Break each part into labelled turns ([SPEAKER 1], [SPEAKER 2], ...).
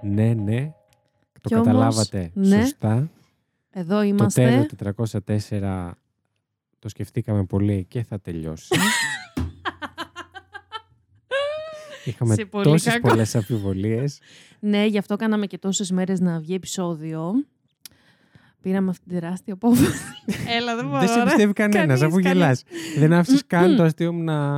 [SPEAKER 1] Ναι, ναι. Το
[SPEAKER 2] Κι όμως,
[SPEAKER 1] καταλάβατε
[SPEAKER 2] ναι,
[SPEAKER 1] σωστά.
[SPEAKER 2] Εδώ
[SPEAKER 1] Το τέλο
[SPEAKER 2] είμαστε.
[SPEAKER 1] 404 το σκεφτήκαμε πολύ και θα τελειώσει. Είχαμε
[SPEAKER 2] Σε πολύ
[SPEAKER 1] τόσες
[SPEAKER 2] κακό.
[SPEAKER 1] πολλές αμφιβολίες.
[SPEAKER 2] Ναι, γι' αυτό κάναμε και τόσες μέρες να βγει επεισόδιο. Πήραμε αυτή την τεράστια απόφαση. Έλα, δεν
[SPEAKER 1] Δεν σε πιστεύει κανένας,
[SPEAKER 2] Κανείς,
[SPEAKER 1] αφού
[SPEAKER 2] κανείς.
[SPEAKER 1] γελάς. Δεν άφησες καν το αστείο μου να...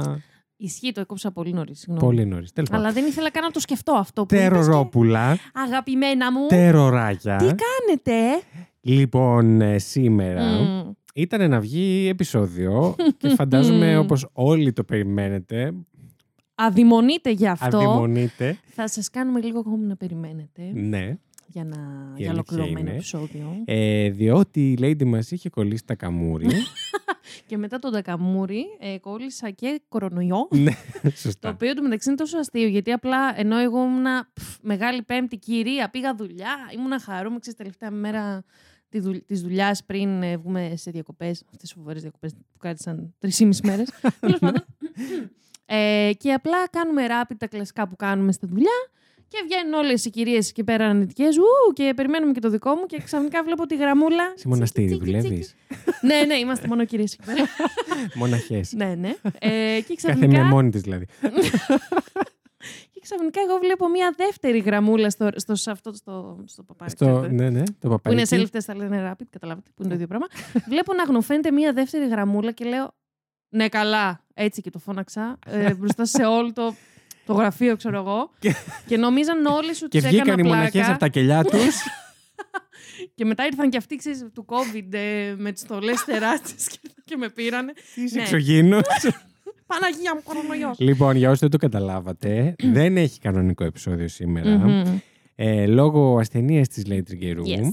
[SPEAKER 2] Ισχύει, το έκοψα πολύ νωρίς.
[SPEAKER 1] Πολύ νωρίς. Τέλος πάντων.
[SPEAKER 2] Αλλά δεν ήθελα καν να το σκεφτώ αυτό. που είπες και-
[SPEAKER 1] Τερορόπουλα,
[SPEAKER 2] Αγαπημένα μου, τι
[SPEAKER 1] τεροράκια.
[SPEAKER 2] κάνετε.
[SPEAKER 1] Λοιπόν, ε, σήμερα
[SPEAKER 2] Μμμ.
[SPEAKER 1] ήταν να βγει επεισόδιο και φαντάζομαι
[SPEAKER 2] Μμμ.
[SPEAKER 1] όπως όλοι το περιμένετε,
[SPEAKER 2] Αδειμονείτε γι' αυτό.
[SPEAKER 1] αδειμονείτε.
[SPEAKER 2] Θα σας κάνουμε λίγο ακόμη να περιμένετε
[SPEAKER 1] Ναι.
[SPEAKER 2] για, να...
[SPEAKER 1] Η
[SPEAKER 2] για
[SPEAKER 1] αλήθεια
[SPEAKER 2] ολοκληρωμένο
[SPEAKER 1] είναι.
[SPEAKER 2] επεισόδιο.
[SPEAKER 1] Ε, διότι η Lady μας είχε κολλήσει τα καμούρι.
[SPEAKER 2] Και μετά τον Τακαμούρη ε, κόλλησα και κορονοϊό.
[SPEAKER 1] ναι,
[SPEAKER 2] Το
[SPEAKER 1] σωστά.
[SPEAKER 2] οποίο του μεταξύ είναι τόσο αστείο, γιατί απλά ενώ εγώ ήμουνα πφ, μεγάλη πέμπτη κυρία, πήγα δουλειά, ήμουνα χαρούμενη, ξέρεις, τελευταία μέρα τη δουλ... της δουλειάς πριν ε, βγούμε σε διακοπές, αυτές οι φοβερές διακοπές που κράτησαν 3,5 μέρες, τέλος πάντων. Ε, και απλά κάνουμε rapid τα κλασικά που κάνουμε στη δουλειά και βγαίνουν όλες οι κυρίες εκεί πέρα ανητικές ου, και περιμένουμε και το δικό μου και ξαφνικά βλέπω τη γραμμούλα.
[SPEAKER 1] Σε μοναστήρι
[SPEAKER 2] τσίκι, τσίκι,
[SPEAKER 1] δουλεύεις.
[SPEAKER 2] τσίκι. ναι, ναι, είμαστε μόνο κυρίες εκεί πέρα.
[SPEAKER 1] Μοναχές.
[SPEAKER 2] ναι, ναι. Ε, και
[SPEAKER 1] Κάθε
[SPEAKER 2] ξαφνικά...
[SPEAKER 1] μία μόνη της δηλαδή.
[SPEAKER 2] Και ξαφνικά εγώ βλέπω μια δεύτερη γραμμούλα στο, στο, σε αυτό στο, στο παπάρι.
[SPEAKER 1] Στο,
[SPEAKER 2] ξέρετε,
[SPEAKER 1] ναι, ναι, το
[SPEAKER 2] Που είναι
[SPEAKER 1] παπάκι.
[SPEAKER 2] σε λεφτές, τα λένε rapid, καταλάβατε που είναι το ίδιο πράγμα. βλέπω να γνωφαίνεται μια δεύτερη γραμμούλα και λέω Ναι, καλά. Έτσι και το φώναξα ε, μπροστά σε όλο το, το γραφείο, ξέρω εγώ. και νομίζαν όλοι σου
[SPEAKER 1] Και
[SPEAKER 2] τους έκανα
[SPEAKER 1] βγήκαν οι μοναχέ
[SPEAKER 2] πλάκα. Ναι.
[SPEAKER 1] από τα κελιά τους.
[SPEAKER 2] Και μετά ήρθαν και αυτοί ξέρεις, του COVID ε, με τις στολές τεράστιες και, και με πήρανε.
[SPEAKER 1] Είσαι
[SPEAKER 2] Ναι.
[SPEAKER 1] εξωγήινος.
[SPEAKER 2] Παναγία μου, κορονοϊός.
[SPEAKER 1] Λοιπόν, για όσοι δεν το καταλάβατε, δεν έχει κανονικό επεισόδιο σήμερα.
[SPEAKER 2] Μμμ.
[SPEAKER 1] Ε, λόγω ασθενείας της Lady Τριγκερού.
[SPEAKER 2] Yes.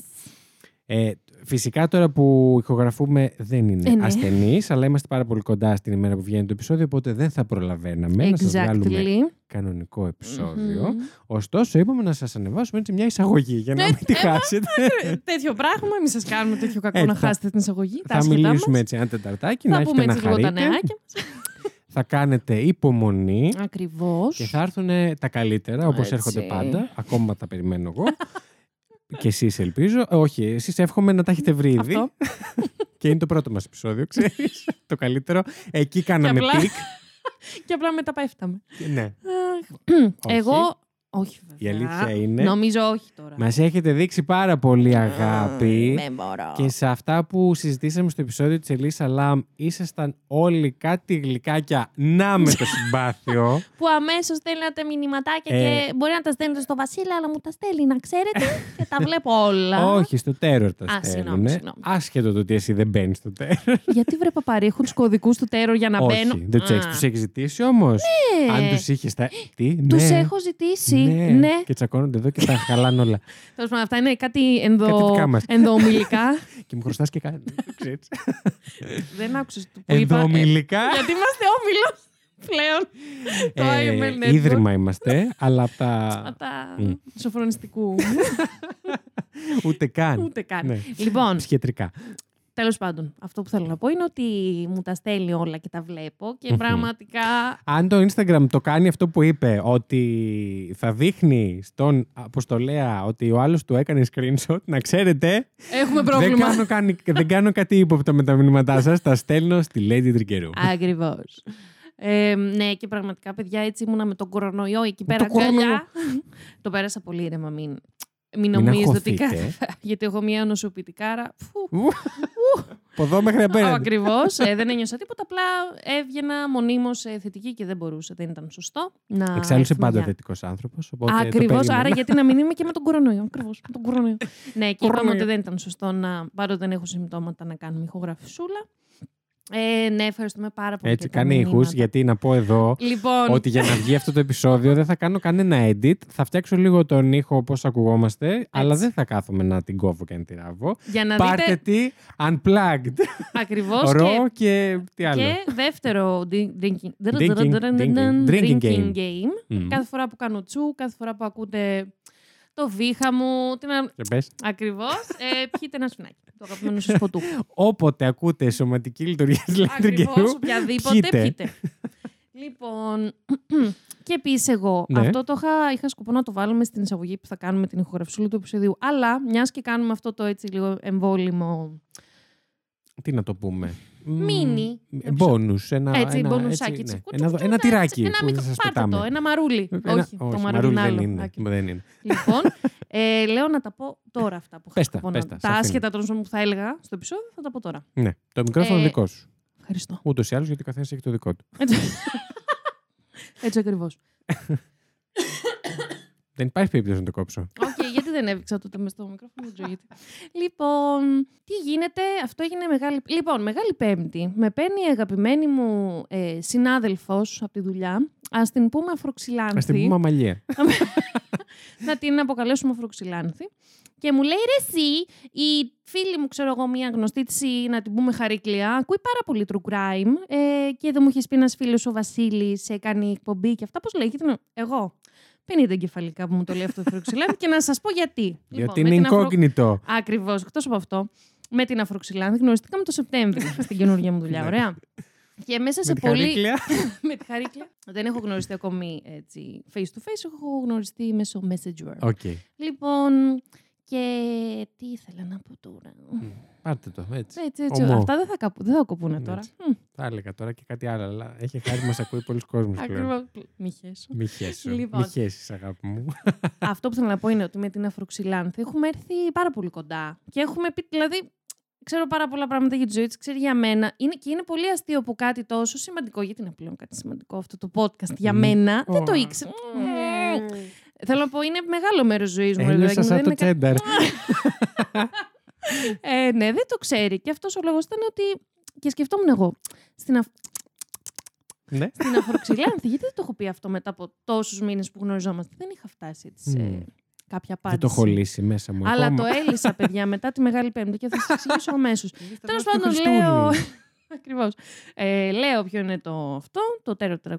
[SPEAKER 1] Ε, φυσικά τώρα που ηχογραφούμε δεν είναι
[SPEAKER 2] Ε, ναι.
[SPEAKER 1] ασθενείς, αλλά είμαστε πάρα πολύ κοντά στην ημέρα που βγαίνει το επεισόδιο, οπότε δεν θα προλαβαίναμε να σας βγάλουμε
[SPEAKER 2] Exactly.
[SPEAKER 1] κανονικό επεισόδιο.
[SPEAKER 2] Μμμ. Ναι,
[SPEAKER 1] Ωστόσο, είπαμε να σας ανεβάσουμε έτσι μια εισαγωγή για να μην τη χάσετε.
[SPEAKER 2] Ε, τέτοιο πράγμα. Μην σας κάνουμε τέτοιο κακό
[SPEAKER 1] Έτσι,
[SPEAKER 2] να
[SPEAKER 1] θα-
[SPEAKER 2] χάσετε την εισαγωγή. τα
[SPEAKER 1] θα
[SPEAKER 2] άσχετά μας.
[SPEAKER 1] μιλήσουμε έτσι ένα τεταρτάκι, να
[SPEAKER 2] Θα πούμε
[SPEAKER 1] έχετε να
[SPEAKER 2] έτσι λίγο τα
[SPEAKER 1] χαρείτε.
[SPEAKER 2] νεάκια.
[SPEAKER 1] Θα κάνετε υπομονή
[SPEAKER 2] Ακριβώς.
[SPEAKER 1] και θα έρθουν τα καλύτερα όπως
[SPEAKER 2] Έτσι.
[SPEAKER 1] έρχονται πάντα. Ακόμα τα περιμένω εγώ. και εσείς ελπίζω. Ε, όχι, εσείς εύχομαι να τα έχετε βρει ήδη.
[SPEAKER 2] Αυτό.
[SPEAKER 1] και είναι το πρώτο μας επεισόδιο, ξέρεις. το καλύτερο. Εκεί κάναμε
[SPEAKER 2] απλά-
[SPEAKER 1] πικ.
[SPEAKER 2] Και απλά μετά τα πέφταμε.
[SPEAKER 1] Και ναι. Όχι.
[SPEAKER 2] Εγώ. Όχι,
[SPEAKER 1] Η
[SPEAKER 2] βέβαια.
[SPEAKER 1] αλήθεια είναι.
[SPEAKER 2] Νομίζω όχι τώρα.
[SPEAKER 1] Μας έχετε δείξει πάρα
[SPEAKER 2] Ναι,
[SPEAKER 1] πολύ
[SPEAKER 2] Α,
[SPEAKER 1] αγάπη.
[SPEAKER 2] Δεν μπορώ.
[SPEAKER 1] Και σε αυτά που συζητήσαμε στο επεισόδιο της Ελίσσα Λαμ ήσασταν όλοι κάτι γλυκάκια να με το συμπάθειο.
[SPEAKER 2] Που αμέσως στέλνατε μηνυματάκια
[SPEAKER 1] Ε.
[SPEAKER 2] και μπορεί να τα στέλνετε στο Βασίλη, αλλά μου τα στέλνει, να ξέρετε. και τα βλέπω όλα.
[SPEAKER 1] Όχι, στο τέρορ τα
[SPEAKER 2] Α, συγγνώμη,
[SPEAKER 1] στέλνουνε.
[SPEAKER 2] συγγνώμη.
[SPEAKER 1] Άσχετο το ότι εσύ δεν μπαίνεις στο τέρορ.
[SPEAKER 2] Γιατί βρε παπαρί, έχουν του κωδικού του τέρο για να
[SPEAKER 1] Όχι,
[SPEAKER 2] μπαίνω.
[SPEAKER 1] δεν τους έχεις, τους έχεις ζητήσει όμως. Αν τους είχες τα... Τι,
[SPEAKER 2] Τους
[SPEAKER 1] ναι.
[SPEAKER 2] έχω ζητήσει.
[SPEAKER 1] Ναι.
[SPEAKER 2] ναι.
[SPEAKER 1] Και τσακώνονται εδώ και τα χαλάνε όλα.
[SPEAKER 2] Τέλος πάντων, αυτά είναι κάτι ενδο...
[SPEAKER 1] Κάτι δικά μας.
[SPEAKER 2] ενδοομιλικά.
[SPEAKER 1] και μου χρωστάς και κάτι. ξέρεις.
[SPEAKER 2] Δεν άκουσες το που είπα.
[SPEAKER 1] Ενδομιλικά.
[SPEAKER 2] Ε, γιατί είμαστε όμιλος πλέον. το ναι, IML
[SPEAKER 1] Ε,
[SPEAKER 2] Network.
[SPEAKER 1] Ίδρυμα είμαστε, αλλά απ' τα
[SPEAKER 2] Από τα
[SPEAKER 1] Μμ.
[SPEAKER 2] σοφρονιστικού.
[SPEAKER 1] ούτε καν.
[SPEAKER 2] Ούτε καν.
[SPEAKER 1] Ναι.
[SPEAKER 2] Λοιπόν,
[SPEAKER 1] Ψυχιατρικά.
[SPEAKER 2] τέλος πάντων, αυτό που θέλω να πω είναι ότι μου τα στέλνει όλα και τα βλέπω και
[SPEAKER 1] Μμμ.
[SPEAKER 2] πραγματικά.
[SPEAKER 1] Αν το Instagram το κάνει αυτό που είπε, ότι θα δείχνει στον αποστολέα ότι ο άλλος του έκανε screenshot, να ξέρετε,
[SPEAKER 2] Έχουμε
[SPEAKER 1] δεν
[SPEAKER 2] πρόβλημα.
[SPEAKER 1] κάνω, κάνει- δεν κάνω κάτι ύποπτο με τα μηνύματά σας, τα στέλνω στη Lady Τρικερού.
[SPEAKER 2] Ακριβώ. Ε, ναι, και πραγματικά, παιδιά, έτσι ήμουνα με τον κορονοϊό εκεί πέρα.
[SPEAKER 1] το κορονοϊό.
[SPEAKER 2] αγκαλιά. το πέρασα πολύ ήρεμα. Μην, μην
[SPEAKER 1] Μην
[SPEAKER 2] νομίζετε ότι.
[SPEAKER 1] αγχωθείτε.
[SPEAKER 2] κα- Γιατί εγώ μία νοσοποιητικάρα. Φου,
[SPEAKER 1] Από εδώ μέχρι απέναντι.
[SPEAKER 2] Ακριβώς. Ε, δεν ένιωσα τίποτα. Απλά έβγαινα μονίμως θετική και δεν μπορούσα. Δεν ήταν σωστό. Να
[SPEAKER 1] Εξάλλου είσαι
[SPEAKER 2] έρθει μια-
[SPEAKER 1] πάντα θετικός άνθρωπος, οπότε το
[SPEAKER 2] Ακριβώς.
[SPEAKER 1] περίμενα.
[SPEAKER 2] Άρα, γιατί να μην είμαι και με τον κορονοϊό. Ακριβώς. Με τον κορονοϊό. ναι, και είπαμε
[SPEAKER 1] Κορονοϊό.
[SPEAKER 2] ότι δεν ήταν σωστό να. Παρότι δεν έχω συμπτώματα να κάνουμε ηχογραφισούλα. Ε, ναι, ευχαριστούμε πάρα πολύ.
[SPEAKER 1] Έτσι,
[SPEAKER 2] για τα
[SPEAKER 1] κάνει ήχους,
[SPEAKER 2] μηνύματα.
[SPEAKER 1] γιατί να πω εδώ
[SPEAKER 2] Λοιπόν,
[SPEAKER 1] ότι για να βγει αυτό το επεισόδιο δεν θα κάνω κανένα edit. Θα φτιάξω λίγο τον ήχο πώς ακουγόμαστε, αλλά δεν θα κάθομαι να την κόβω και να την ράβω.
[SPEAKER 2] για να
[SPEAKER 1] Πάρτε
[SPEAKER 2] δείτε
[SPEAKER 1] τι unplugged.
[SPEAKER 2] ακριβώς.
[SPEAKER 1] Ρο και τι άλλο.
[SPEAKER 2] Και δεύτερο drink- drinking,
[SPEAKER 1] Drinking- drinking- drinking
[SPEAKER 2] drinking
[SPEAKER 1] game.
[SPEAKER 2] game.
[SPEAKER 1] Μμμ.
[SPEAKER 2] Κάθε φορά που κάνω τσου, κάθε φορά που ακούτε το βήχα μου, την α-
[SPEAKER 1] Για πες.
[SPEAKER 2] Ακριβώς. Ε, πιείτε ένα σφινάκι. Το αγαπημένο σας ποτού.
[SPEAKER 1] Όποτε ακούτε σωματική λειτουργία της Λέντρη
[SPEAKER 2] Ακριβώς,
[SPEAKER 1] Καιρού,
[SPEAKER 2] οποιαδήποτε
[SPEAKER 1] πιείτε.
[SPEAKER 2] πιείτε. Λοιπόν, και επίσης εγώ.
[SPEAKER 1] Ναι.
[SPEAKER 2] Αυτό το είχα, είχα σκοπό να το βάλουμε στην εισαγωγή που θα κάνουμε την ηχογραφησούλα του επεισοδίου. Αλλά μιας και κάνουμε αυτό το έτσι λίγο εμβόλυμο.
[SPEAKER 1] Τι να το πούμε.
[SPEAKER 2] Μίνι.
[SPEAKER 1] Μπόνου. ε, Ένα,
[SPEAKER 2] έτσι,
[SPEAKER 1] ένα,
[SPEAKER 2] μπονουσάκι.
[SPEAKER 1] έτσι,
[SPEAKER 2] έτσι,
[SPEAKER 1] ναι.
[SPEAKER 2] κουτσουκ,
[SPEAKER 1] Ένα,
[SPEAKER 2] κουτσουκ,
[SPEAKER 1] ένα
[SPEAKER 2] έτσι,
[SPEAKER 1] τυράκι
[SPEAKER 2] Ένα
[SPEAKER 1] που
[SPEAKER 2] μικρό.
[SPEAKER 1] θα σας
[SPEAKER 2] πάρτε το.
[SPEAKER 1] πετάμε. Ε,
[SPEAKER 2] Ένα μαρούλι.
[SPEAKER 1] Ένα-
[SPEAKER 2] όχι, το μαρούλι
[SPEAKER 1] μαρούλι
[SPEAKER 2] είναι άλλο.
[SPEAKER 1] δεν είναι.
[SPEAKER 2] Άκυρο.
[SPEAKER 1] Δεν είναι.
[SPEAKER 2] Λοιπόν, ε, λέω να τα πω τώρα αυτά που είχα
[SPEAKER 1] Πες τα,
[SPEAKER 2] σκοπό
[SPEAKER 1] πες
[SPEAKER 2] να-
[SPEAKER 1] τα, σε
[SPEAKER 2] Τα
[SPEAKER 1] αφήνω.
[SPEAKER 2] άσχετα των ζώων που θα έλεγα στο επεισόδιο θα τα πω τώρα.
[SPEAKER 1] Ναι, το μικρόφωνο
[SPEAKER 2] Ε,
[SPEAKER 1] δικό σου.
[SPEAKER 2] Ευχαριστώ.
[SPEAKER 1] Ούτως ή άλλως γιατί ο καθένας έχει το δικό του.
[SPEAKER 2] Έτσι, έτσι ακριβώς.
[SPEAKER 1] Δεν υπάρχει περίπτωση να το κόψω.
[SPEAKER 2] Οκ, γιατί δεν έβηξα τότε μες στο μικρόφωνο, δεν ξέρω γιατί. λοιπόν, τι γίνεται, αυτό έγινε μεγάλη. Λοιπόν, Μεγάλη Πέμπτη. Με παίρνει η αγαπημένη μου ε, συνάδελφος από τη δουλειά. Ας την πούμε
[SPEAKER 1] Ας την
[SPEAKER 2] Αφροξυλάνθη.
[SPEAKER 1] πούμε αμαλία.
[SPEAKER 2] Λοιπόν, να την αποκαλέσουμε Αφροξυλάνθη. Και μου λέει, ρε εσύ, η φίλη μου, ξέρω εγώ, μία γνωστή της, να την πούμε Χαρίκλια, ακούει πάρα πολύ true crime. Ε, και δεν μου είχες πει ένας φίλος ο Βασίλης, ε, κάνει εκπομπή και αυτά. Πώς λέγεται, ναι, εγώ. 50 εγκεφαλικά που μου το λέει αυτό η Αφροξυλάνθη και να σας πω γιατί. Λοιπόν,
[SPEAKER 1] Γιατί
[SPEAKER 2] με
[SPEAKER 1] είναι
[SPEAKER 2] την Αφρο-
[SPEAKER 1] incognito.
[SPEAKER 2] Ακριβώς. Εκτός από αυτό, με την Αφροξυλάνδη γνωριστήκαμε το Σεπτέμβριο στην καινούργια μου δουλειά.
[SPEAKER 1] Ναι.
[SPEAKER 2] Ωραία. Και μέσα σε
[SPEAKER 1] Με τη
[SPEAKER 2] πολύ.
[SPEAKER 1] χαρίκλια.
[SPEAKER 2] με τη χαρίκλα. Δεν έχω γνωριστεί ακόμη έτσι, face to face, έχω γνωριστεί μέσω Messenger.
[SPEAKER 1] Οκ.
[SPEAKER 2] Λοιπόν, και τι ήθελα να πω τώρα.
[SPEAKER 1] Πάρτε το. Έτσι.
[SPEAKER 2] Έτσι, έτσι,
[SPEAKER 1] Ομό.
[SPEAKER 2] αυτά δεν θα, καπου, δεν θα κοπούν τώρα.
[SPEAKER 1] Έτσι. Θα έλεγα τώρα και κάτι άλλο, αλλά έχει χάρη που μας ακούει πολλοί κόσμος πλέον.
[SPEAKER 2] Ακριβώς. Μη χέσω.
[SPEAKER 1] Μη χέσει.
[SPEAKER 2] Λοιπόν.
[SPEAKER 1] Μη χέσεις, αγάπη μου.
[SPEAKER 2] Αυτό που θέλω να πω είναι ότι με την Αφροξυλάνθη έχουμε έρθει πάρα πολύ κοντά. Και έχουμε πει, δηλαδή, ξέρω πάρα πολλά πράγματα για τη ζωή της, ξέρει για μένα. Είναι, και είναι πολύ αστείο που κάτι τόσο σημαντικό, γιατί είναι πλέον κάτι σημαντικό αυτό το podcast για
[SPEAKER 1] Μμμ.
[SPEAKER 2] μένα, δεν το
[SPEAKER 1] Ωα.
[SPEAKER 2] ήξερα. Μμμ. Θέλω να πω, είναι μεγάλο μέρος ζωής μου. ρε παιδάκι
[SPEAKER 1] Ένιωσα
[SPEAKER 2] μου, δεν
[SPEAKER 1] σαν το
[SPEAKER 2] είναι κα-
[SPEAKER 1] τσένταρ.
[SPEAKER 2] Ε, ναι, δεν το ξέρει. Και αυτός ο λόγος ήταν ότι. Και σκεφτόμουν εγώ. Στην, Αφ-
[SPEAKER 1] Ναι.
[SPEAKER 2] στην Αφροξυλάνθη, γιατί δεν το έχω πει αυτό μετά από τόσους μήνες που γνωριζόμαστε. Δεν είχα φτάσει έτσι, σε
[SPEAKER 1] Μμμ.
[SPEAKER 2] κάποια
[SPEAKER 1] Δεν
[SPEAKER 2] απάντηση.
[SPEAKER 1] το έχω λύσει μέσα μου.
[SPEAKER 2] Αλλά
[SPEAKER 1] ακόμα.
[SPEAKER 2] το ε- έλυσα, παιδιά, μετά τη Μεγάλη Πέμπτη και θα σας εξηγήσω αμέσως.
[SPEAKER 1] Στα
[SPEAKER 2] Τέλο
[SPEAKER 1] δάση του
[SPEAKER 2] πάντων,
[SPEAKER 1] Χριστούνη.
[SPEAKER 2] λέω. Ακριβώς. Ε, λέω ποιο είναι το αυτό, το τέρο 404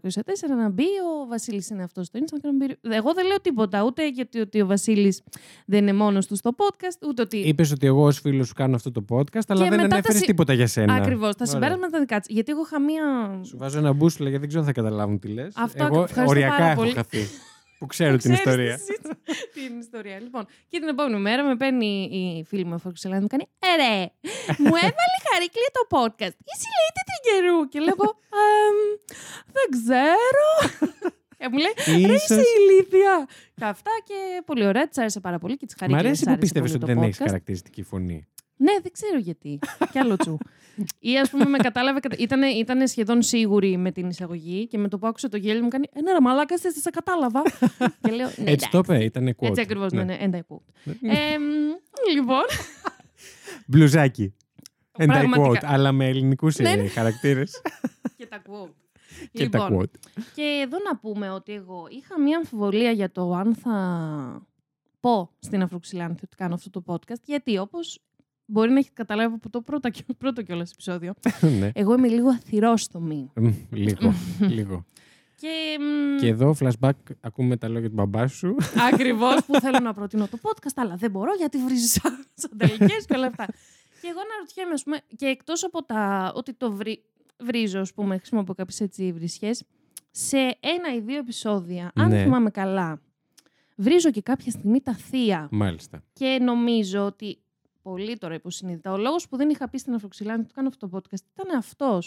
[SPEAKER 2] να μπει. Ο Βασίλης είναι αυτός στο Instagram. Εγώ δεν λέω τίποτα, ούτε γιατί ότι ο Βασίλης δεν είναι μόνος του στο podcast, ούτε ότι.
[SPEAKER 1] Είπες ότι εγώ ως φίλος σου κάνω αυτό το podcast, αλλά
[SPEAKER 2] Και
[SPEAKER 1] δεν
[SPEAKER 2] μετά τα
[SPEAKER 1] ανέφερες
[SPEAKER 2] συ-
[SPEAKER 1] τίποτα για σένα.
[SPEAKER 2] Ακριβώς. Τα
[SPEAKER 1] Ωραία.
[SPEAKER 2] συμπέρασματα δικά της. Γιατί εγώ είχα μία.
[SPEAKER 1] Σου βάζω ένα μπούσουλα γιατί δεν ξέρω αν θα καταλάβουν τι λες.
[SPEAKER 2] Αυτό ακριβώς.
[SPEAKER 1] Εγώ
[SPEAKER 2] Ευχαριστώ
[SPEAKER 1] οριακά
[SPEAKER 2] πάρα
[SPEAKER 1] έχω
[SPEAKER 2] πολύ.
[SPEAKER 1] χαθεί. Που ξέρω την
[SPEAKER 2] Ξέρεις τη
[SPEAKER 1] ιστορία.
[SPEAKER 2] συζήτηση- την ιστορία. Λοιπόν, και την επόμενη μέρα με παίρνει η φίλη μου από Ελλάδα μου κάνει «Ε, ρε, μου έβαλε χαρίκλια το podcast. Εσύ λέει τι τριγερού. Και λέω εγώ, «Εμ, δεν ξέρω. Ε, μου λέει «Ρε, είσαι
[SPEAKER 1] Ίσως.
[SPEAKER 2] ηλίθια». Και αυτά και πολύ ωραία. Της άρεσε πάρα πολύ και της
[SPEAKER 1] Μ'
[SPEAKER 2] χαρίκλια. της
[SPEAKER 1] αρέσει που
[SPEAKER 2] άρεσε
[SPEAKER 1] πίστευες
[SPEAKER 2] πολύ
[SPEAKER 1] ότι
[SPEAKER 2] το
[SPEAKER 1] δεν έχεις
[SPEAKER 2] podcast.
[SPEAKER 1] χαρακτηριστική φωνή.
[SPEAKER 2] Ναι, δεν ξέρω γιατί. Κι άλλο τσου. Ή ας πούμε με κατάλαβε. κατα- Ήτανε, ήτανε σχεδόν σίγουρη με την εισαγωγή και με το που άκουσε το γέλιο μου κάνει «Ε, ναι, ρε, μαλάκα, εσύ σε κατάλαβα. και λέω, «Ναι,
[SPEAKER 1] Έτσι το είπε, ήταν quote.
[SPEAKER 2] έτσι ακριβώς, ναι, ναι. And I quote.
[SPEAKER 1] Ναι.
[SPEAKER 2] Εμ, λοιπόν.
[SPEAKER 1] Μπλουζάκι. And I quote,
[SPEAKER 2] πραγματικά.
[SPEAKER 1] αλλά με ελληνικούς
[SPEAKER 2] Ναι, ναι.
[SPEAKER 1] χαρακτήρες
[SPEAKER 2] Και τα quote.
[SPEAKER 1] και τα
[SPEAKER 2] λοιπόν,
[SPEAKER 1] quote.
[SPEAKER 2] και εδώ να πούμε ότι εγώ είχα μία αμφιβολία για το αν θα πω στην Αφροξυλάνθη ότι κάνω αυτό το podcast. Γιατί όπως μπορεί να έχετε καταλάβει από το πρώτο, πρώτο κιόλας επεισόδιο,
[SPEAKER 1] Ναι.
[SPEAKER 2] εγώ είμαι λίγο αθυρόστομη.
[SPEAKER 1] Μμ, Λίγο, λίγο.
[SPEAKER 2] Και, μ,
[SPEAKER 1] Και εδώ flashback ακούμε τα λόγια του μπαμπά σου.
[SPEAKER 2] Ακριβώς που θέλω να προτείνω το podcast, αλλά δεν μπορώ γιατί βρίζει σαν τελικές και όλα αυτά. και εγώ να ρωτιέμαι, ας πούμε, και εκτός από τα, ότι το βρι- βρίζω, ας πούμε, χρησιμοποιώ κάποιες έτσι βρισιές, σε ένα ή δύο επεισόδια, αν
[SPEAKER 1] Ναι.
[SPEAKER 2] θυμάμαι καλά, βρίζω και κάποια στιγμή τα θεία.
[SPEAKER 1] Μάλιστα.
[SPEAKER 2] Και νομίζω ότι πολύ τώρα υποσυνείδητα. Ο λόγος που δεν είχα πει στην Αφροξυλάνη ότι κάνω αυτό το podcast ήταν αυτός.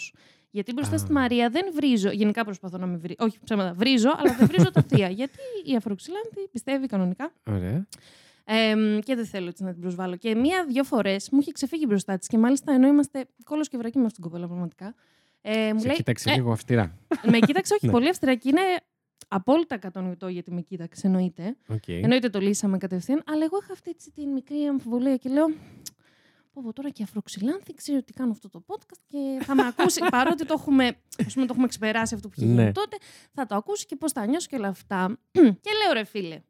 [SPEAKER 2] Γιατί μπροστά
[SPEAKER 1] Α.
[SPEAKER 2] στη Μαρία δεν βρίζω. Γενικά προσπαθώ να μην βρίζω. Όχι ψέματα, βρίζω, αλλά δεν βρίζω τα θεία. Γιατί η Αφροξυλάνη πιστεύει κανονικά.
[SPEAKER 1] Ωραία.
[SPEAKER 2] Εμ, και δεν θέλω έτσι να την προσβάλλω. Και μία-δύο φορές μου είχε ξεφύγει μπροστά της και μάλιστα ενώ είμαστε κόλο και βρακί με αυτήν την κοπέλα, πραγματικά. Ε, μου
[SPEAKER 1] Σε
[SPEAKER 2] λέει,
[SPEAKER 1] κοίταξε
[SPEAKER 2] «Ε,
[SPEAKER 1] λίγο αυστηρά.
[SPEAKER 2] με κοίταξε όχι
[SPEAKER 1] Ναι.
[SPEAKER 2] πολύ αυστηρά και είναι απόλυτα κατανοητό γιατί με κοίταξε, εννοείται.
[SPEAKER 1] Οκ.
[SPEAKER 2] Εννοείται το λύσαμε κατευθείαν, αλλά εγώ είχα αυτή έτσι την μικρή αμφιβολία και λέω. Πω, πω τώρα και αφροξυλάνθη, ξέρει ότι κάνω αυτό το podcast και θα με ακούσει. παρότι το έχουμε, ας πούμε, το έχουμε ξεπεράσει αυτό που είχε γίνει
[SPEAKER 1] Ναι.
[SPEAKER 2] τότε, θα το ακούσει και πώς θα νιώσει και όλα αυτά. και λέω ρε φίλε,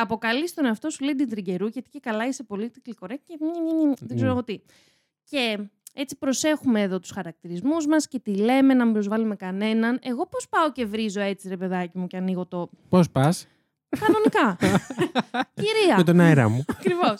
[SPEAKER 2] αποκαλεί τον εαυτό σου λέει την τριγκερού, γιατί και καλά είσαι πολύ correct και νι, νι, νι, δεν ξέρω
[SPEAKER 1] Ναι.
[SPEAKER 2] εγώ τι. Και έτσι προσέχουμε εδώ τους χαρακτηρισμούς μας και τι λέμε, να μην προσβάλλουμε κανέναν. Εγώ πώς πάω και βρίζω έτσι ρε παιδάκι μου και ανοίγω το
[SPEAKER 1] Πώς πας
[SPEAKER 2] κανονικά. Κυρία.
[SPEAKER 1] με τον αέρα μου.
[SPEAKER 2] Ακριβώς.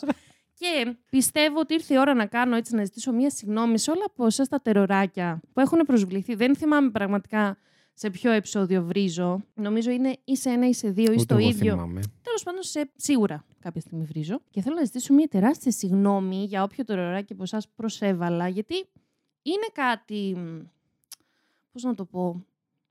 [SPEAKER 2] και πιστεύω ότι ήρθε η ώρα να κάνω έτσι, να ζητήσω μία συγγνώμη σε όλα από εσάς τα τεροράκια που έχουν προσβληθεί. Δεν θυμάμαι πραγματικά σε ποιο επεισόδιο βρίζω. Νομίζω είναι ή σε ένα ή σε δύο ή
[SPEAKER 1] Ούτε
[SPEAKER 2] στο
[SPEAKER 1] εγώ
[SPEAKER 2] ίδιο.
[SPEAKER 1] θυμάμαι.
[SPEAKER 2] Τέλος πάντων, σε σίγουρα κάποια στιγμή βρίζω. Και θέλω να ζητήσω μια τεράστια συγνώμη για όποιο τεροράκι από εσάς προσέβαλα, γιατί είναι κάτι. Πώς να το πω.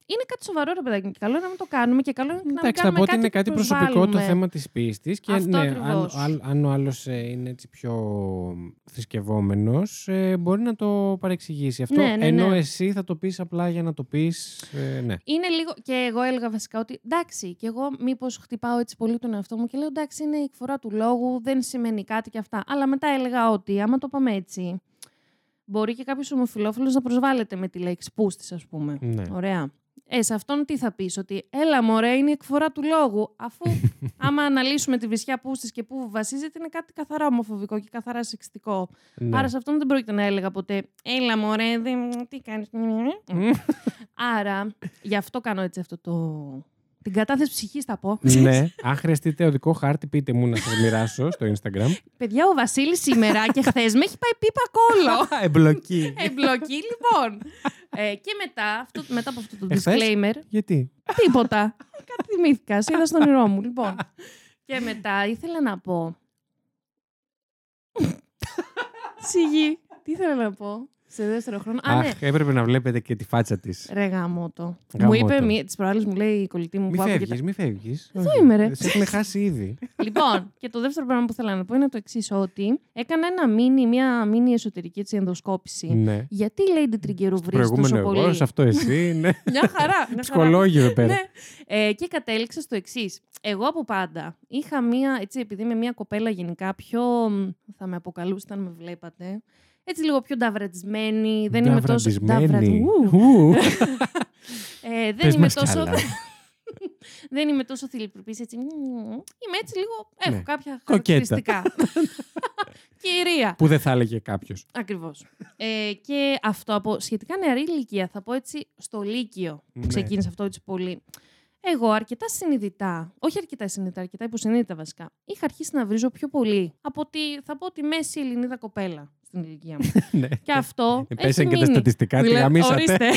[SPEAKER 2] Είναι κάτι σοβαρό, ρε παιδάκι. μου, και Καλό είναι να μην το κάνουμε και καλό είναι να μην
[SPEAKER 1] Εντάξει, θα
[SPEAKER 2] κάνουμε
[SPEAKER 1] πω ότι
[SPEAKER 2] κάτι
[SPEAKER 1] είναι
[SPEAKER 2] που
[SPEAKER 1] κάτι προσωπικό το
[SPEAKER 2] προσβάλλουμε.
[SPEAKER 1] θέμα της πίστης. Και
[SPEAKER 2] Αυτό
[SPEAKER 1] ναι, αν,
[SPEAKER 2] ακριβώς.
[SPEAKER 1] αν, αν ο άλλος είναι έτσι πιο θρησκευόμενος, μπορεί να το παρεξηγήσει αυτό.
[SPEAKER 2] Ναι, ναι,
[SPEAKER 1] ενώ
[SPEAKER 2] ναι.
[SPEAKER 1] εσύ θα το πεις απλά για να το πεις. ναι.
[SPEAKER 2] Είναι λίγο. Και εγώ έλεγα βασικά ότι εντάξει, και εγώ μήπως χτυπάω έτσι πολύ τον εαυτό μου και λέω εντάξει, είναι η εκφορά του λόγου, δεν σημαίνει κάτι και αυτά. Αλλά μετά έλεγα ότι άμα το πάμε έτσι, μπορεί και κάποιος ομοφυλόφιλος να προσβάλλεται με τη λέξη πούστης, ας πούμε.
[SPEAKER 1] ναι.
[SPEAKER 2] Ωραία. Ε, σε αυτόν τι θα πεις, Ότι έλα μωρέ, είναι η εκφορά του λόγου. Αφού άμα αναλύσουμε τη βρισιά πούστη και πού βασίζεται, είναι κάτι καθαρά ομοφοβικό και καθαρά σεξιστικό.
[SPEAKER 1] ναι.
[SPEAKER 2] Άρα σε αυτόν δεν πρόκειται να έλεγα ποτέ «Έλα μωρέ, δεν... τι κάνεις». Άρα γι' αυτό κάνω έτσι αυτό το... Την κατάθεση ψυχής θα πω.
[SPEAKER 1] ναι. Αν χρειαστείτε οδικό χάρτη, πείτε μου να σας μοιράσω στο Instagram.
[SPEAKER 2] Παιδιά, ο Βασίλης σήμερα και χθες με έχει πάει πίπα κόλλο.
[SPEAKER 1] Εμπλοκή.
[SPEAKER 2] Ε, Εμπλοκή λοιπόν. Ε, και μετά, αυτό, μετά από αυτό το
[SPEAKER 1] Εχθές?
[SPEAKER 2] disclaimer,
[SPEAKER 1] Γιατί.
[SPEAKER 2] τίποτα. Κάτι θυμήθηκα, σε είδα στον όνειρό μου. Λοιπόν, και μετά ήθελα να πω... Σιγή, τι ήθελα να πω σε δεύτερο χρόνο. Α, ναι.
[SPEAKER 1] Αχ, έπρεπε να βλέπετε και τη φάτσα της.
[SPEAKER 2] Ρε γαμότο. Μου
[SPEAKER 1] Γαμώτο.
[SPEAKER 2] είπε μία, τις προάλλες μου λέει η κολλητή μου
[SPEAKER 1] Μη
[SPEAKER 2] που άκουγε τα-
[SPEAKER 1] φεύγει, μη φεύγεις.
[SPEAKER 2] Εδώ είμαι, ρε.
[SPEAKER 1] Σε έχουμε χάσει ήδη.
[SPEAKER 2] Λοιπόν, και το δεύτερο πράγμα που θέλω να πω είναι το εξής ότι έκανα ένα μίνι, μία μίνι εσωτερική έτσι, ενδοσκόπηση.
[SPEAKER 1] ναι.
[SPEAKER 2] Γιατί λέει την τριγκερού βρίζει τόσο
[SPEAKER 1] Προηγούμενο εγώ,
[SPEAKER 2] πολύ.
[SPEAKER 1] σε αυτό εσύ. Ναι.
[SPEAKER 2] Μια χαρά. μια χαρά.
[SPEAKER 1] Ψυχολόγοι εδώ πέρα.
[SPEAKER 2] Ναι. Ε, και κατέληξα στο εξής. Εγώ από πάντα είχα μία, έτσι, επειδή είμαι μία κοπέλα γενικά πιο. μ, θα με αποκαλούσετε αν με βλέπατε. Έτσι λίγο πιο νταβρατισμένη. Δεν είμαι τόσο.
[SPEAKER 1] Νταβραντισμένη.
[SPEAKER 2] νταβρατι- Ου.
[SPEAKER 1] Ου.
[SPEAKER 2] Ε, δεν
[SPEAKER 1] Πες
[SPEAKER 2] είμαι
[SPEAKER 1] μας κι
[SPEAKER 2] τόσο.
[SPEAKER 1] άλλα.
[SPEAKER 2] δεν είμαι τόσο θηλυπρεπής, έτσι. μμμ. Είμαι έτσι λίγο. Έχω
[SPEAKER 1] Ναι.
[SPEAKER 2] κάποια
[SPEAKER 1] Κοκέτα.
[SPEAKER 2] χαρακτηριστικά. Κυρία.
[SPEAKER 1] Που δεν θα έλεγε κάποιος.
[SPEAKER 2] Ακριβώς. Ε, και αυτό από σχετικά νεαρή ηλικία, θα πω έτσι στο Λύκειο που
[SPEAKER 1] Ναι.
[SPEAKER 2] ξεκίνησε αυτό έτσι πολύ. Εγώ αρκετά συνειδητά, όχι αρκετά συνειδητά, αρκετά υποσυνείδητα βασικά, είχα αρχίσει να βρίζω πιο πολύ από τη, θα πω, τη μέση Ελληνίδα κοπέλα στην ηλικία μου.
[SPEAKER 1] Ναι.
[SPEAKER 2] και αυτό. έχει
[SPEAKER 1] Πέσαν και τα
[SPEAKER 2] μείνει.
[SPEAKER 1] στατιστικά, τη
[SPEAKER 2] Δηλαδή,
[SPEAKER 1] γαμίσατε.
[SPEAKER 2] ορίστε.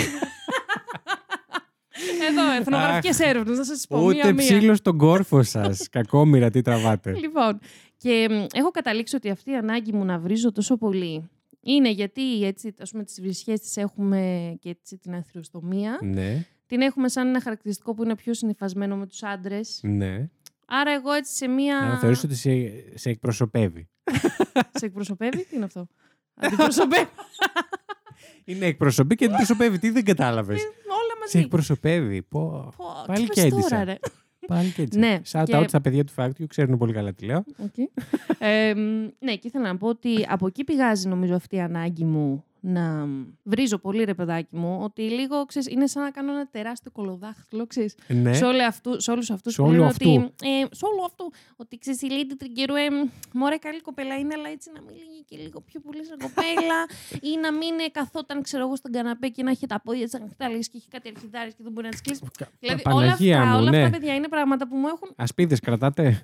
[SPEAKER 2] Εδώ, εθνογραφικές έρευνες, να σας πω.
[SPEAKER 1] Ούτε
[SPEAKER 2] μία-μία.
[SPEAKER 1] ψήλος στον κόρφο σας. Κακόμοιρα, τι τραβάτε.
[SPEAKER 2] Λοιπόν, και μ, έχω καταλήξει ότι αυτή η ανάγκη μου να βρίζω τόσο πολύ είναι γιατί έτσι, ας πούμε, τις βρισιές τις έχουμε και έτσι την αθυροστομία.
[SPEAKER 1] ναι,
[SPEAKER 2] Την έχουμε σαν ένα χαρακτηριστικό που είναι πιο συνηθισμένο με τους άντρες.
[SPEAKER 1] ναι.
[SPEAKER 2] Άρα εγώ έτσι σε
[SPEAKER 1] Άρα
[SPEAKER 2] μία...
[SPEAKER 1] θεωρείς ότι σε, σε εκπροσωπεύει.
[SPEAKER 2] Σε εκπροσωπεύει, τι είναι αυτό. Αντιπροσωπεύει
[SPEAKER 1] Είναι εκπροσωπεί και αντιπροσωπεύει. Τι δεν κατάλαβες.
[SPEAKER 2] Ε, όλα μαζί.
[SPEAKER 1] σε εκπροσωπεύει. Πω.
[SPEAKER 2] Πω, τι
[SPEAKER 1] Πάλι
[SPEAKER 2] πες
[SPEAKER 1] κέντησα.
[SPEAKER 2] τώρα, ρε.
[SPEAKER 1] Πάλι και έτσι.
[SPEAKER 2] Ναι,
[SPEAKER 1] Shout
[SPEAKER 2] και-
[SPEAKER 1] out στα παιδιά του Factio, ξέρουν πολύ καλά τι λέω.
[SPEAKER 2] Οκ. Ε, μ, ναι, και ήθελα να πω ότι από εκεί πηγάζει νομίζω αυτή η ανάγκη μου να βρίζω πολύ ρε παιδάκι μου, ότι λίγο, ξέρεις, είναι σαν να κάνω ένα τεράστιο κολοδάχτυλο, ξέρεις,
[SPEAKER 1] Ναι.
[SPEAKER 2] σε, όλο αυτού, σε όλους αυτούς
[SPEAKER 1] Σε
[SPEAKER 2] που
[SPEAKER 1] όλο
[SPEAKER 2] λένε
[SPEAKER 1] αυτού.
[SPEAKER 2] ότι... Ε, σε όλο αυτού, ότι ξέρεις, η Lady Τριγκερού, ε, μ, μωρέ καλή κοπέλα είναι, αλλά έτσι να μιλήσει και λίγο πιο πολύ σαν κοπέλα ή να μην ε, καθόταν, ξέρω εγώ, στον καναπέ και να έχει τα πόδια σαν χτάλες και έχει κάτι αρχιδάρες και δεν μπορεί να τις κλείσεις. Δηλαδή, όλα
[SPEAKER 1] Παναγία
[SPEAKER 2] αυτά,
[SPEAKER 1] μου,
[SPEAKER 2] όλα
[SPEAKER 1] ναι.
[SPEAKER 2] αυτά, παιδιά, είναι πράγματα που μου έχουν,
[SPEAKER 1] Ασπίδες κρατάτε.
[SPEAKER 2] Ναι,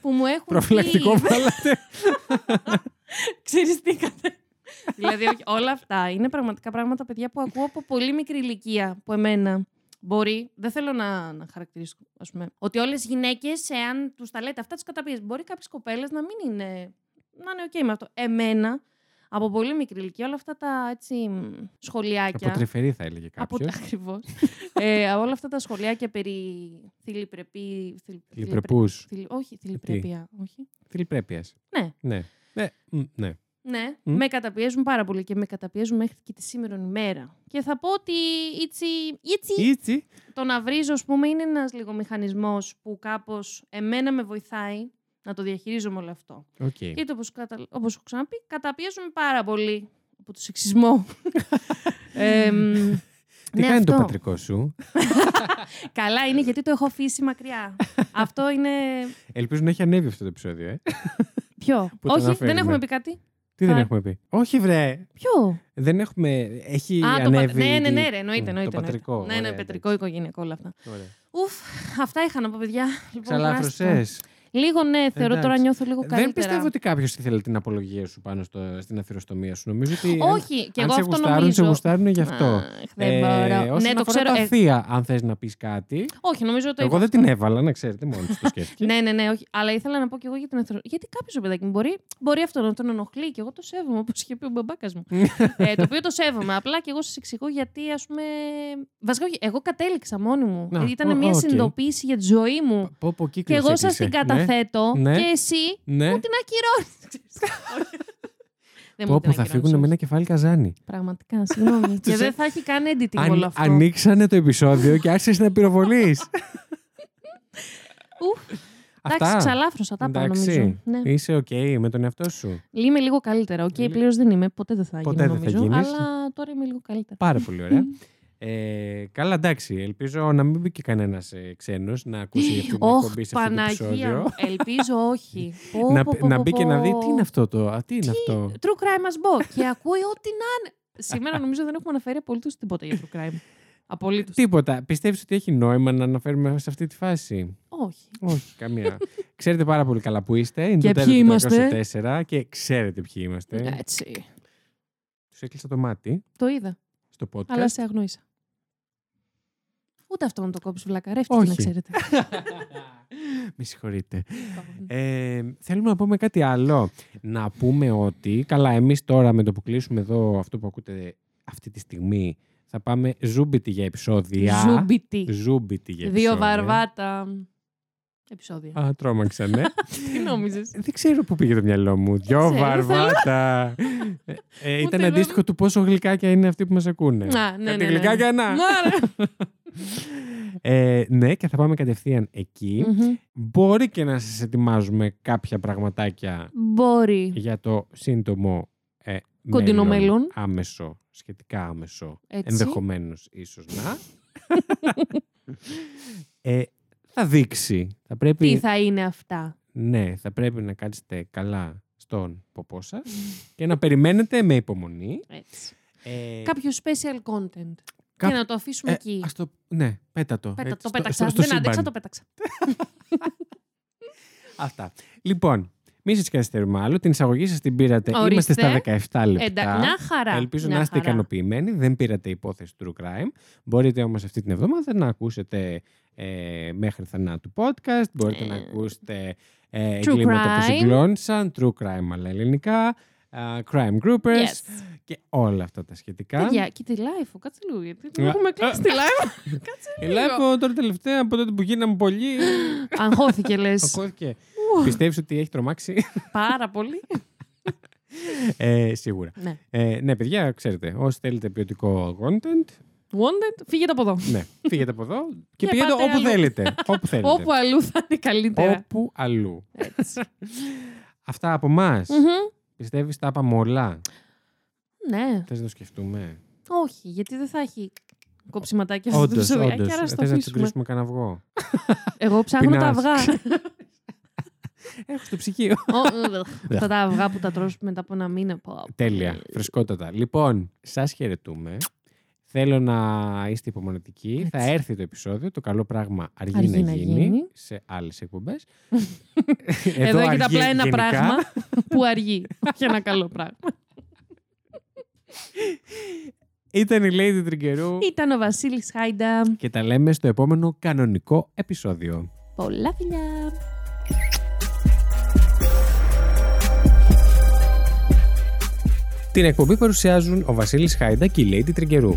[SPEAKER 2] που μου έχουν πει.
[SPEAKER 1] Προφυλακτικό βάλατε.
[SPEAKER 2] Ξυριστήκατε. δηλαδή, όχι, όλα αυτά είναι πραγματικά πράγματα, παιδιά, που ακούω από πολύ μικρή ηλικία που εμένα μπορεί. Δεν θέλω να, να χαρακτηρίσω, ας πούμε, ότι όλες οι γυναίκες, εάν τους τα λέτε αυτά, τις καταπιέζεις. Μπορεί κάποιες κοπέλες να μην είναι. να είναι OK με αυτό. Εμένα, από πολύ μικρή ηλικία, όλα αυτά τα έτσι, μ, σχολιάκια.
[SPEAKER 1] Από τρυφερή θα έλεγε κάποιο.
[SPEAKER 2] Ακριβώς. ε, όλα αυτά τα σχολιάκια περί θηλυπρεπή. θηλυ-
[SPEAKER 1] Θηλυπρεπούς.
[SPEAKER 2] θηλυ- Όχι, θηλυπρεπία. Όχι.
[SPEAKER 1] Θηλυπρέπειας.
[SPEAKER 2] Ναι.
[SPEAKER 1] Ναι. Ναι. μ, ναι.
[SPEAKER 2] Ναι,
[SPEAKER 1] Μμ.
[SPEAKER 2] με καταπιέζουν πάρα πολύ και με καταπιέζουν μέχρι και τη σήμερα ημέρα. Και θα πω ότι έτσι, έτσι.
[SPEAKER 1] Ήτσι.
[SPEAKER 2] το να βρίζω, ας πούμε, είναι ένας λίγο μηχανισμός που κάπως εμένα με βοηθάει να το διαχειρίζομαι όλο αυτό.
[SPEAKER 1] Οκ.
[SPEAKER 2] Γιατί όπως, κατα... όπως έχω ξαναπεί, καταπιέζουμε πάρα πολύ από το σεξισμό. ε, μ,
[SPEAKER 1] Τι
[SPEAKER 2] ναι,
[SPEAKER 1] κάνει το
[SPEAKER 2] αυτό.
[SPEAKER 1] πατρικό σου.
[SPEAKER 2] Καλά είναι γιατί το έχω αφήσει μακριά. αυτό είναι...
[SPEAKER 1] Ελπίζω να έχει ανέβει αυτό το επεισόδιο, ε.
[SPEAKER 2] Ποιο?
[SPEAKER 1] το
[SPEAKER 2] Όχι, δεν
[SPEAKER 1] αναφέρουμε.
[SPEAKER 2] έχουμε πει κάτι.
[SPEAKER 1] Τι δεν
[SPEAKER 2] Α.
[SPEAKER 1] έχουμε πει. Όχι, βρε.
[SPEAKER 2] Ποιο?
[SPEAKER 1] Δεν έχουμε. Έχει
[SPEAKER 2] Α, το
[SPEAKER 1] ανέβει.
[SPEAKER 2] πατρικό. Ναι, ναι,
[SPEAKER 1] η-
[SPEAKER 2] ναι, ρε,
[SPEAKER 1] Το
[SPEAKER 2] εννοείται, εννοείται. εννοείται.
[SPEAKER 1] πατρικό,
[SPEAKER 2] Ναι, ναι,
[SPEAKER 1] ωραία,
[SPEAKER 2] πετρικό, οικογενειακό όλα αυτά.
[SPEAKER 1] Ωραία.
[SPEAKER 2] Ουφ, αυτά είχα να πω, παιδιά. Λοιπόν,
[SPEAKER 1] Ξαλάφρωσες.
[SPEAKER 2] κουράστηκα. Λίγο ναι, θεωρώ
[SPEAKER 1] Εντάξει.
[SPEAKER 2] τώρα νιώθω λίγο καλύτερα.
[SPEAKER 1] Δεν πιστεύω ότι κάποιος ήθελε την απολογία σου πάνω στο, στην αθυροστομία σου. Νομίζω ότι. αν-
[SPEAKER 2] Όχι, και
[SPEAKER 1] αν
[SPEAKER 2] εγώ
[SPEAKER 1] σε
[SPEAKER 2] αυτό
[SPEAKER 1] γουστάρουν,
[SPEAKER 2] νομίζω.
[SPEAKER 1] σε γουστάρουν γι' αυτό.
[SPEAKER 2] Αχ, δεν
[SPEAKER 1] Ε,
[SPEAKER 2] μπορώ.
[SPEAKER 1] όσον
[SPEAKER 2] ναι, το
[SPEAKER 1] αφορά
[SPEAKER 2] ξέρω.
[SPEAKER 1] τα
[SPEAKER 2] ε,
[SPEAKER 1] θεία, αν θες να πεις κάτι.
[SPEAKER 2] όχι, νομίζω ότι.
[SPEAKER 1] Εγώ δεν την έβαλα, να ξέρετε, μόνη της το σκέφτηκε.
[SPEAKER 2] Ναι, ναι, ναι, όχι. Αλλά ήθελα να πω και εγώ για την εθρο... Γιατί κάποιος παιδάκι μου μπορεί, μπορεί αυτό να τον ενοχλεί και εγώ το σέβομαι, όπως είχε πει ο μπαμπάκας μου.
[SPEAKER 1] Ναι.
[SPEAKER 2] ε, το οποίο το σέβομαι. Απλά και εγώ σας εξηγώ γιατί, ας πούμε. Βασικά, όχι, εγώ κατέληξα μόνη μου.
[SPEAKER 1] Να,
[SPEAKER 2] Ήταν
[SPEAKER 1] ω,
[SPEAKER 2] μια
[SPEAKER 1] οκ.
[SPEAKER 2] συνειδητοποίηση για τη ζωή μου.
[SPEAKER 1] Πω, πω, κύκλος
[SPEAKER 2] Και εγώ σας
[SPEAKER 1] έκλεισε.
[SPEAKER 2] την καταθέτω
[SPEAKER 1] Ναι.
[SPEAKER 2] και εσύ
[SPEAKER 1] Ναι, ναι.
[SPEAKER 2] την ακυρώνεις. Δεν μου
[SPEAKER 1] Πω,
[SPEAKER 2] την
[SPEAKER 1] πω, θα
[SPEAKER 2] ακυρώνεις,
[SPEAKER 1] φύγουν με
[SPEAKER 2] όχι.
[SPEAKER 1] ένα κεφάλι καζάνι.
[SPEAKER 2] Πραγματικά, συγγνώμη. και
[SPEAKER 1] Τους
[SPEAKER 2] δεν
[SPEAKER 1] έ-
[SPEAKER 2] θα έχει καν editing όλο
[SPEAKER 1] Αν,
[SPEAKER 2] αυτό.
[SPEAKER 1] ανοίξανε το επεισόδιο και άρχισες να πυροβολείς.
[SPEAKER 2] Ουφ. Εντάξει,
[SPEAKER 1] Αυτά.
[SPEAKER 2] ξαλάφρωσα τα πάω
[SPEAKER 1] Εντάξει. Ε-
[SPEAKER 2] νομίζω. Ναι.
[SPEAKER 1] Είσαι οκ με τον εαυτό σου.
[SPEAKER 2] Είμαι λίγο καλύτερα. Οκ,
[SPEAKER 1] Λι-
[SPEAKER 2] okay, πλήρως δεν είμαι. Ποτέ δεν θα
[SPEAKER 1] Ε- Ποτέ
[SPEAKER 2] γίνω,
[SPEAKER 1] δεν θα
[SPEAKER 2] νομίζω.
[SPEAKER 1] γίνεις.
[SPEAKER 2] Αλλά τώρα είμαι λίγο καλύτερα.
[SPEAKER 1] Πάρα πολύ ωραία. Ε, καλά, εντάξει. Ελπίζω να μην μπήκε κανένας ε, ξένος να ακούσει αυτή την
[SPEAKER 2] Όχ,
[SPEAKER 1] εκπομπή σε αυτό το
[SPEAKER 2] Παναγία.
[SPEAKER 1] επεισόδιο.
[SPEAKER 2] μου. Ελπίζω όχι. Πω,
[SPEAKER 1] να,
[SPEAKER 2] πω, πω,
[SPEAKER 1] να
[SPEAKER 2] πω,
[SPEAKER 1] μπει και να δει
[SPEAKER 2] πω.
[SPEAKER 1] τι είναι αυτό το. Α, τι είναι αυτό.
[SPEAKER 2] True crime μας μπω. Και ακούει ό,τι να είναι. Σήμερα νομίζω δεν έχουμε αναφέρει απολύτως τίποτα για true crime. Απολύτως.
[SPEAKER 1] Τίποτα. Πιστεύεις ότι έχει νόημα να αναφέρουμε σε αυτή τη φάση.
[SPEAKER 2] όχι.
[SPEAKER 1] Όχι, καμία. ξέρετε πάρα πολύ καλά που είστε. Είναι
[SPEAKER 2] Και
[SPEAKER 1] το
[SPEAKER 2] ποιοι
[SPEAKER 1] τέλος του
[SPEAKER 2] είμαστε. Ναι.
[SPEAKER 1] 404 και ξέρετε ποιοι είμαστε.
[SPEAKER 2] Έτσι.
[SPEAKER 1] Τους έκλεισα το μάτι
[SPEAKER 2] Το είδα.
[SPEAKER 1] στο podcast.
[SPEAKER 2] Αλλά σε αγνόησα. Ούτε αυτό να το κόψεις βλακαρεύτηκε,
[SPEAKER 1] Όχι.
[SPEAKER 2] να ξέρετε.
[SPEAKER 1] Με συγχωρείτε. Ε, θέλουμε να πούμε κάτι άλλο. Να πούμε ότι, καλά, εμείς τώρα με το που κλείσουμε εδώ αυτό που ακούτε αυτή τη στιγμή, θα πάμε ζούμπιτι για επεισόδια.
[SPEAKER 2] Ζούμπιτι.
[SPEAKER 1] Ζούμπιτι για Ε, επεισόδια.
[SPEAKER 2] Δύο βαρβάτα. Επεισόδια.
[SPEAKER 1] Α, τρόμαξα, ναι.
[SPEAKER 2] Τι νόμιζες.
[SPEAKER 1] Δεν ξέρω πού πήγε το μυαλό μου. Δυο
[SPEAKER 2] ξέρω,
[SPEAKER 1] βαρβάτα. Ε, ε, ήταν
[SPEAKER 2] εγώ.
[SPEAKER 1] αντίστοιχο του πόσο γλυκάκια είναι αυτοί που μας ακούνε.
[SPEAKER 2] Να,
[SPEAKER 1] Ε,
[SPEAKER 2] ναι,
[SPEAKER 1] Κάτι
[SPEAKER 2] ναι, ναι.
[SPEAKER 1] γλυκάκια, να. Ε, ναι, και θα πάμε κατευθείαν εκεί. Μπορεί και να σας ετοιμάζουμε κάποια πραγματάκια
[SPEAKER 2] Μπορεί.
[SPEAKER 1] για το σύντομο ε,
[SPEAKER 2] Κοντινό
[SPEAKER 1] μέλλον,
[SPEAKER 2] μέλλον.
[SPEAKER 1] Άμεσο, σχετικά άμεσο.
[SPEAKER 2] Έτσι.
[SPEAKER 1] Ενδεχομένως ίσως να. ε, θα δείξει. Θα πρέπει,
[SPEAKER 2] Τι θα είναι αυτά.
[SPEAKER 1] Ναι, θα πρέπει να κάτσετε καλά στον ποπό σας και να περιμένετε με υπομονή.
[SPEAKER 2] Έτσι.
[SPEAKER 1] Ε,
[SPEAKER 2] Κάποιο special content.
[SPEAKER 1] Κά-
[SPEAKER 2] Και να το αφήσουμε
[SPEAKER 1] ε,
[SPEAKER 2] εκεί.
[SPEAKER 1] ας το, ναι, πέτα το.
[SPEAKER 2] Πέτα,
[SPEAKER 1] έτσι,
[SPEAKER 2] το
[SPEAKER 1] στο-
[SPEAKER 2] πέταξα.
[SPEAKER 1] στο- στο
[SPEAKER 2] Δεν άντεξα,
[SPEAKER 1] σύμπαν.
[SPEAKER 2] το πέταξα.
[SPEAKER 1] Αυτά. Λοιπόν, μη σα καθυστερούμε άλλο. Την εισαγωγή σας την πήρατε. Είμαστε
[SPEAKER 2] Ορίστε. Ε,
[SPEAKER 1] στα 17 λεπτά.
[SPEAKER 2] Εντάξει, μια χαρά.
[SPEAKER 1] Ελπίζω
[SPEAKER 2] μια
[SPEAKER 1] να είστε
[SPEAKER 2] χαρά.
[SPEAKER 1] ικανοποιημένοι. Δεν πήρατε υπόθεση true crime. Μπορείτε όμως αυτή την εβδομάδα να ακούσετε ε, μέχρι θανάτου podcast. Μπορείτε
[SPEAKER 2] Ε,
[SPEAKER 1] να ακούσετε ε,
[SPEAKER 2] true
[SPEAKER 1] εγκλήματα που
[SPEAKER 2] crime.
[SPEAKER 1] συγκλώνησαν, true crime αλλά ελληνικά, α, crime groupers
[SPEAKER 2] Yes.
[SPEAKER 1] και όλα αυτά τα σχετικά.
[SPEAKER 2] Παιδιά, και τη live, κάτσε λίγο. Γιατί δεν
[SPEAKER 1] Ε,
[SPEAKER 2] έχουμε
[SPEAKER 1] ε,
[SPEAKER 2] κλείσει τη live.
[SPEAKER 1] Η Λάιφο τώρα τελευταία από τότε που γίναμε πολύ
[SPEAKER 2] Αγχώθηκε λες.
[SPEAKER 1] ακόθηκε. Πιστεύεις ότι έχει τρομάξει.
[SPEAKER 2] Πάρα πολύ.
[SPEAKER 1] Ε, σίγουρα.
[SPEAKER 2] Ναι.
[SPEAKER 1] Ε, ναι, παιδιά, ξέρετε, όσοι θέλετε ποιοτικό content,
[SPEAKER 2] Wanted, φύγετε από εδώ.
[SPEAKER 1] ναι, φύγετε από εδώ και
[SPEAKER 2] Και
[SPEAKER 1] πηγαίνετε
[SPEAKER 2] Ναι, πάτε
[SPEAKER 1] όπου
[SPEAKER 2] αλλού.
[SPEAKER 1] θέλετε. Όπου θέλετε.
[SPEAKER 2] Όπου αλλού θα είναι καλύτερα.
[SPEAKER 1] Όπου αλλού.
[SPEAKER 2] Έτσι.
[SPEAKER 1] Αυτά από εμά.
[SPEAKER 2] Μμμ.
[SPEAKER 1] Πιστεύεις τα είπαμε όλα.
[SPEAKER 2] Ναι.
[SPEAKER 1] Θες να το σκεφτούμε.
[SPEAKER 2] Όχι, γιατί δεν θα έχει κοψιματάκια αυτό το
[SPEAKER 1] Όντω,
[SPEAKER 2] επεισόδιο.
[SPEAKER 1] όντως.
[SPEAKER 2] Και άρα ας το
[SPEAKER 1] Θε Ε, να
[SPEAKER 2] αφήσουμε.
[SPEAKER 1] τσιγκρίσουμε κανένα αυγό.
[SPEAKER 2] Εγώ ψάχνω τα
[SPEAKER 1] Πεινάς.
[SPEAKER 2] αυγά.
[SPEAKER 1] Έχω στο ψυγείο.
[SPEAKER 2] Ω, ε, Αυτά τα αυγά που τα τρως μετά από ένα μήνα. Πω, πω.
[SPEAKER 1] Τέλεια. Φρεσκότατα. Λοιπόν, σας χαιρετούμε. Θέλω να είστε υπομονετικοί.
[SPEAKER 2] Έτσι.
[SPEAKER 1] Θα έρθει το επεισόδιο. Το καλό πράγμα αργεί,
[SPEAKER 2] Αργεί
[SPEAKER 1] να
[SPEAKER 2] να
[SPEAKER 1] γίνει,
[SPEAKER 2] γίνει.
[SPEAKER 1] σε άλλες εκπομπές.
[SPEAKER 2] Εδώ έχετε απλά ένα πράγμα που αργεί. Όχι ένα καλό πράγμα.
[SPEAKER 1] Ήταν η Lady Τριγκερού
[SPEAKER 2] Ήταν ο Βασίλης Χάιντα.
[SPEAKER 1] και τα λέμε στο επόμενο κανονικό επεισόδιο.
[SPEAKER 2] Πολλά φιλιά.
[SPEAKER 1] Την εκπομπή παρουσιάζουν ο Βασίλης Χάιντα και η Lady Τριγκερού.